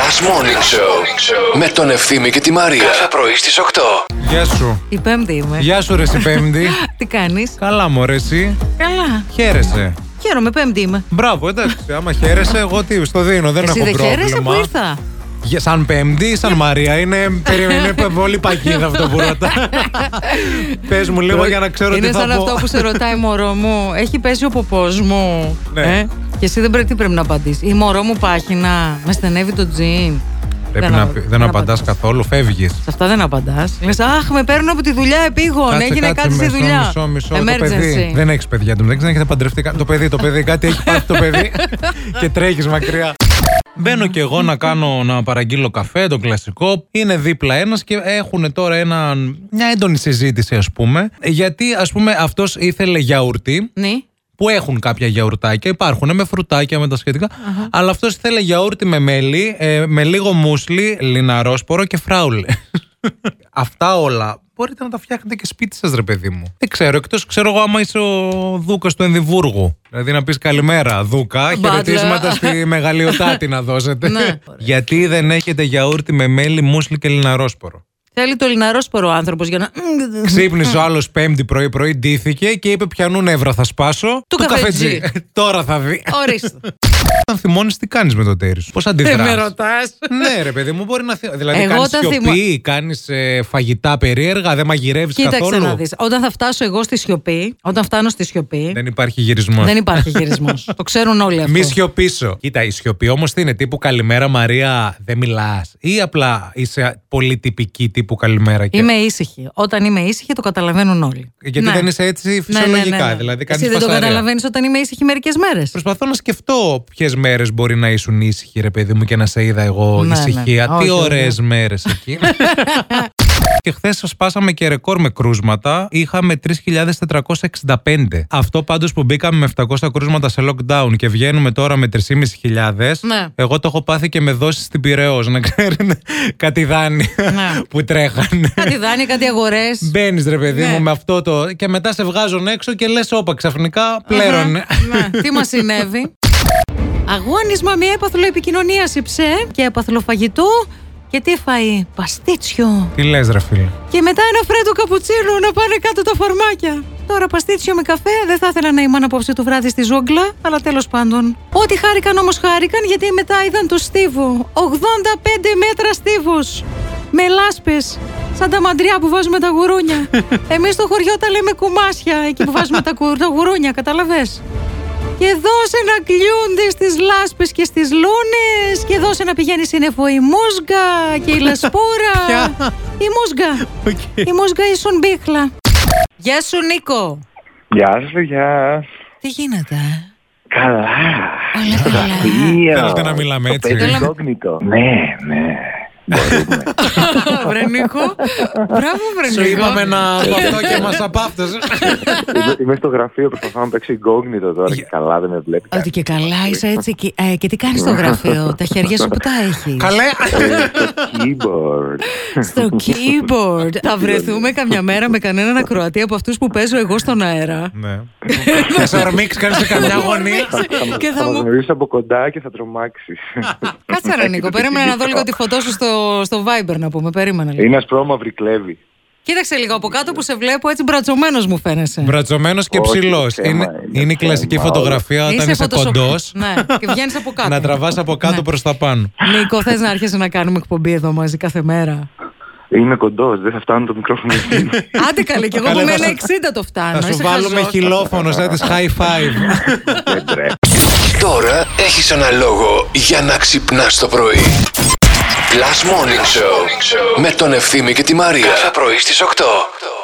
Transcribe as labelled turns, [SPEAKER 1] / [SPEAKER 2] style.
[SPEAKER 1] Last Morning Show με τον Ευθύμη και τη Μαρία. Κάθε πρωί στις 8.
[SPEAKER 2] Γεια σου.
[SPEAKER 3] Η πέμπτη είμαι.
[SPEAKER 2] Γεια σου, ρε, εσύ, Πέμπτη.
[SPEAKER 3] Τι κάνεις.
[SPEAKER 2] Καλά, μωρέ, εσύ.
[SPEAKER 3] Καλά.
[SPEAKER 2] Χαίρεσαι.
[SPEAKER 3] Χαίρομαι, πέμπτη είμαι.
[SPEAKER 2] Μπράβο, εντάξει. Άμα χαίρεσαι, εγώ τι, στο δίνω, δεν
[SPEAKER 3] Εσύ
[SPEAKER 2] έχω
[SPEAKER 3] δεν
[SPEAKER 2] πρόβλημα.
[SPEAKER 3] χαίρεσαι που ήρθα.
[SPEAKER 2] Για, σαν Πέμπτη ή σαν Μαρία. Είναι, περι- είναι πολύ παγίδα αυτό που ρωτά. Πες μου λίγο για να ξέρω
[SPEAKER 3] Είναι
[SPEAKER 2] τι θα
[SPEAKER 3] σαν
[SPEAKER 2] πω.
[SPEAKER 3] αυτό που σε ρωτάει μωρό μου. Έχει πέσει ο ποπός μου. Ε,
[SPEAKER 2] Ναι.
[SPEAKER 3] Και εσύ δεν πρέπει, τι πρέπει να απαντήσεις. Η μωρό μου πάχυνα. Με στενεύει το τζιν.
[SPEAKER 2] Πρέπει να,
[SPEAKER 3] απα-
[SPEAKER 2] πει- δεν απαντά
[SPEAKER 3] απαντάς.
[SPEAKER 2] καθόλου, φεύγεις.
[SPEAKER 3] Σε αυτά δεν απαντάς. Λες, Αχ, με παίρνουν από τη δουλειά επίγον. Λοιπόν, Έγινε κάτι στη δουλειά.
[SPEAKER 2] Μισό, μισό, το
[SPEAKER 3] Emergency.
[SPEAKER 2] παιδί. Δεν έχεις παιδιά του. Δεν έχετε παντρευτεί. κα- Το παιδί, το παιδί, κάτι έχει πάθει το παιδί. και τρέχεις μακριά. Μπαίνω κι εγώ να κάνω να παραγγείλω καφέ, το κλασικό. Είναι δίπλα ένας και έχουν τώρα ένα, μια έντονη συζήτηση, ας πούμε. Γιατί, ας πούμε, αυτός ήθελε γιαουρτί
[SPEAKER 3] Ναι.
[SPEAKER 2] που έχουν κάποια γιαουρτάκια, υπάρχουν με φρουτάκια με τα σχετικα Αλλά αυτός ήθελε γιαούρτι με μέλι, ε, με λίγο μουσλι, λιναρόσπορο και φράουλε. Αυτά όλα μπορείτε να τα φτιάχνετε και σπίτι σας, ρε παιδί μου. Δεν ξέρω, εκτός ξέρω εγώ άμα είσαι ο Δούκας του Ενδιβούργου. Δηλαδή να πεις καλημέρα, Δούκα,
[SPEAKER 3] Μπάτλα.
[SPEAKER 2] χαιρετίσματα στη μεγαλειοτάτη να δώσετε.
[SPEAKER 3] Ναι.
[SPEAKER 2] Γιατί δεν έχετε γιαούρτι με μέλι, μουσλι και λιναρόσπορο.
[SPEAKER 3] Θέλει το λιναρόσπορο άνθρωπος για να.
[SPEAKER 2] Ξύπνησε ο άλλος Πέμπτη πρωί-πρωί, ντύθηκε και είπε: Πιανού νεύρα θα σπάσω.
[SPEAKER 3] Του καφετζή.
[SPEAKER 2] Τώρα θα δει.
[SPEAKER 3] Ορίστε.
[SPEAKER 2] Όταν θυμώνεις, τι κάνεις με το τέρις σου. Πώ αντιδρά.
[SPEAKER 3] Δεν Ε, με ρωτάς.
[SPEAKER 2] Ναι, ρε παιδί μου, μπορεί να. θυ- Δηλαδή,
[SPEAKER 3] Εγώ
[SPEAKER 2] κάνεις
[SPEAKER 3] όταν
[SPEAKER 2] σιωπή, κάνει φαγητά περίεργα, δεν μαγειρεύεις
[SPEAKER 3] Κοίταξε
[SPEAKER 2] καθόλου.
[SPEAKER 3] να δεις. Όταν θα φτάσω εγώ στη σιωπή, όταν φτάνω στη σιωπή,
[SPEAKER 2] Δεν υπάρχει γυρισμός.
[SPEAKER 3] δεν υπάρχει γυρισμός. Το ξέρουν όλοι αυτό.
[SPEAKER 2] Μη σιωπήσω. Κοίτα, η σιωπή όμως τι είναι, τύπου Καλημέρα Μαρία, δεν μιλάς. Ή απλά είσαι πολύ τυπική τύπου Καλημέρα και.
[SPEAKER 3] Είμαι ήσυχη. Όταν είμαι ήσυχη, το καταλαβαίνουν όλοι.
[SPEAKER 2] Γιατί
[SPEAKER 3] Ναι.
[SPEAKER 2] δεν είσαι έτσι
[SPEAKER 3] Ναι, ναι, ναι,
[SPEAKER 2] φυσιολογικά.
[SPEAKER 3] ναι.
[SPEAKER 2] Δηλαδή,
[SPEAKER 3] Εσύ
[SPEAKER 2] κάνει
[SPEAKER 3] δεν το καταλαβαίνεις όταν είμαι ήσυχη μερικές μέρες.
[SPEAKER 2] Προσπαθώ να σκεφτώ ποιες μέρες μπορεί να ήσουν ήσυχη, ρε παιδί μου, και να σε είδα εγώ
[SPEAKER 3] Ναι, ναι.
[SPEAKER 2] ησυχία.
[SPEAKER 3] Όχι,
[SPEAKER 2] Τι
[SPEAKER 3] όχι.
[SPEAKER 2] ωραίε μέρες εκεί. και χθες σπάσαμε και ρεκόρ με κρούσματα. Είχαμε 3.465. Αυτό πάντως που μπήκαμε με 700 κρούσματα σε lockdown και βγαίνουμε τώρα με 3.500.
[SPEAKER 3] Ναι.
[SPEAKER 2] Εγώ το έχω πάθει και με δώσει στην Πυραιό, να ξέρετε. Κάτι δάνεια
[SPEAKER 3] Ναι.
[SPEAKER 2] που τρέχανε.
[SPEAKER 3] Κάτι δάνεια, κάτι αγορές.
[SPEAKER 2] Μπαίνεις ρε παιδί
[SPEAKER 3] Ναι.
[SPEAKER 2] μου με αυτό το. και μετά σε βγάζουν έξω και λες όπα ξαφνικά πλέρωνε.
[SPEAKER 3] Ναι. Τι μας συνέβη. Αγώνισμα μια έπαθλο επικοινωνίας ψε και έπαθλο φαγητού και τι φαΐ, παστίτσιο.
[SPEAKER 2] Τι λες, ρε φίλε.
[SPEAKER 3] Και μετά ένα φρέτο καπουτσίνο να πάνε κάτω τα φαρμάκια. Τώρα παστίτσιο με καφέ, δεν θα ήθελα να ήμουν απόψε το βράδυ στη ζόγκλα, αλλά τέλος πάντων. Ό,τι χάρηκαν όμως χάρηκαν γιατί μετά είδαν το στίβο. 85 μέτρα στίβος. Με λάσπες. Σαν τα μαντριά που βάζουμε τα γουρούνια. Εμείς στο χωριό τα λέμε κουμάσια, εκεί που βάζουμε τα, κου- τα γουρούνια, καταλαβες. Και δώσε να κλειούνται στις λάσπες και στις λούνες Και δώσε να πηγαίνει σύννεφο η μούσγα και η λασπούρα
[SPEAKER 2] Ποια?
[SPEAKER 3] Η μούσγα Η μούσγα ήσουν μπίχλα Γεια σου Νίκο
[SPEAKER 4] Γεια σου, γεια.
[SPEAKER 3] Τι γίνεται ε?
[SPEAKER 4] Καλά.
[SPEAKER 3] Όλα καλά
[SPEAKER 4] Ίο.
[SPEAKER 2] Θέλετε να μιλάμε
[SPEAKER 4] Το
[SPEAKER 2] έτσι.
[SPEAKER 4] παιδί
[SPEAKER 2] Θέλαμε-
[SPEAKER 4] κόγνητο. Ναι, ναι. Μπορούμε.
[SPEAKER 3] Βρε Νίκο Μπράβο βρε Νίκο
[SPEAKER 2] Σου είπαμε να από αυτό και μας απάφτασε.
[SPEAKER 4] Είμαι- Είμαι στο γραφείο, προσπαθώ να παίξω κόγνητο τώρα και καλά δεν με βλέπει.
[SPEAKER 3] Ότι και καλά είσαι έτσι και, ε, και τι κάνεις στο γραφείο Τα χέρια σου που τα έχεις
[SPEAKER 2] Καλέ. Ε,
[SPEAKER 4] Ε, Keyboard.
[SPEAKER 3] Στο keyboard Θα βρεθούμε καμιά μέρα με κανέναν ακροατή Από αυτούς που παίζω εγώ στον αέρα
[SPEAKER 2] Ναι. Θα σε ορμήξει κανείς σε καμιά γωνία.
[SPEAKER 3] Και
[SPEAKER 4] Θα
[SPEAKER 3] θα
[SPEAKER 4] μας
[SPEAKER 3] μου
[SPEAKER 4] γνωρίσεις από κοντά και θα τρομάξεις.
[SPEAKER 3] Κάτσε ρε Νίκο, περίμενα να δω λίγο τη φωτό σου στο, στο Viber να πούμε. Περίμενα λίγο.
[SPEAKER 4] Είναι ασπρόμαυρη κλέβη.
[SPEAKER 3] Κοίταξε λίγο από κάτω που σε βλέπω έτσι μπρατσωμένος μου φαίνεσαι.
[SPEAKER 2] Μπρατσωμένος και
[SPEAKER 4] Όχι,
[SPEAKER 2] ψηλός.
[SPEAKER 4] θέμα,
[SPEAKER 2] Είναι,
[SPEAKER 4] είναι
[SPEAKER 2] είναι η
[SPEAKER 4] θέμα,
[SPEAKER 2] κλασική
[SPEAKER 4] όλα.
[SPEAKER 2] φωτογραφία όταν είσαι
[SPEAKER 3] φωτοσο-
[SPEAKER 2] κοντός
[SPEAKER 3] Ναι, και βγαίνεις από κάτω.
[SPEAKER 2] να τραβάς από κάτω προς τα πάνω.
[SPEAKER 3] Νίκο, θες να άρχισε να κάνουμε εκπομπή εδώ μαζί κάθε μέρα.
[SPEAKER 4] Είμαι κοντός, δεν θα φτάνω το μικρόφωνο. εκεί.
[SPEAKER 3] Άντε καλέ, και εγώ
[SPEAKER 2] Καλέ,
[SPEAKER 3] που με
[SPEAKER 2] θα
[SPEAKER 3] ένα
[SPEAKER 2] σου-
[SPEAKER 3] 60 το φτάνω.
[SPEAKER 2] Θα σου
[SPEAKER 3] είσαι
[SPEAKER 2] βάλουμε
[SPEAKER 3] χαζός.
[SPEAKER 2] χιλόφωνο σαν τις high five.
[SPEAKER 4] Δεν τρέχει.
[SPEAKER 1] Τώρα έχεις ένα λόγο για να ξυπνάς το πρωί. Last Morning Show με τον Ευθύμη και τη Μαρία. Κάθε πρωί στις 8.